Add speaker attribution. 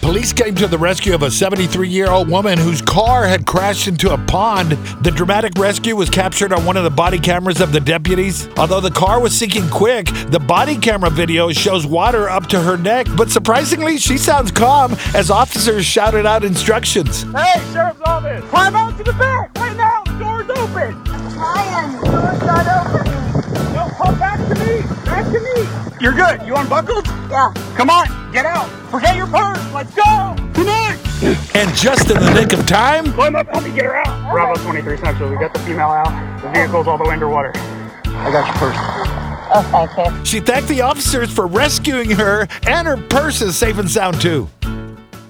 Speaker 1: Police came to the rescue of a 73 year old woman whose car had crashed into a pond. The dramatic rescue was captured on one of the body cameras of the deputies. Although the car was sinking quick, the body camera video shows water up to her neck. But surprisingly, she sounds calm as officers shouted out instructions.
Speaker 2: Hey, Sheriff's Office! Climb out to the back right now! The door's open!
Speaker 3: Ryan, door's not open.
Speaker 2: No, come back to me! Back to me! You're good. You unbuckled?
Speaker 3: Yeah.
Speaker 2: Come on, get out! Forget your purse! Let's go! Come on!
Speaker 1: And just in the nick of time,
Speaker 2: Climb up, help me get her out! Bravo 23 Central, we got the female out. The vehicle's all the way underwater. I got your purse.
Speaker 3: Oh, thank you.
Speaker 1: she thanked the officers for rescuing her, and her purse is safe and sound too.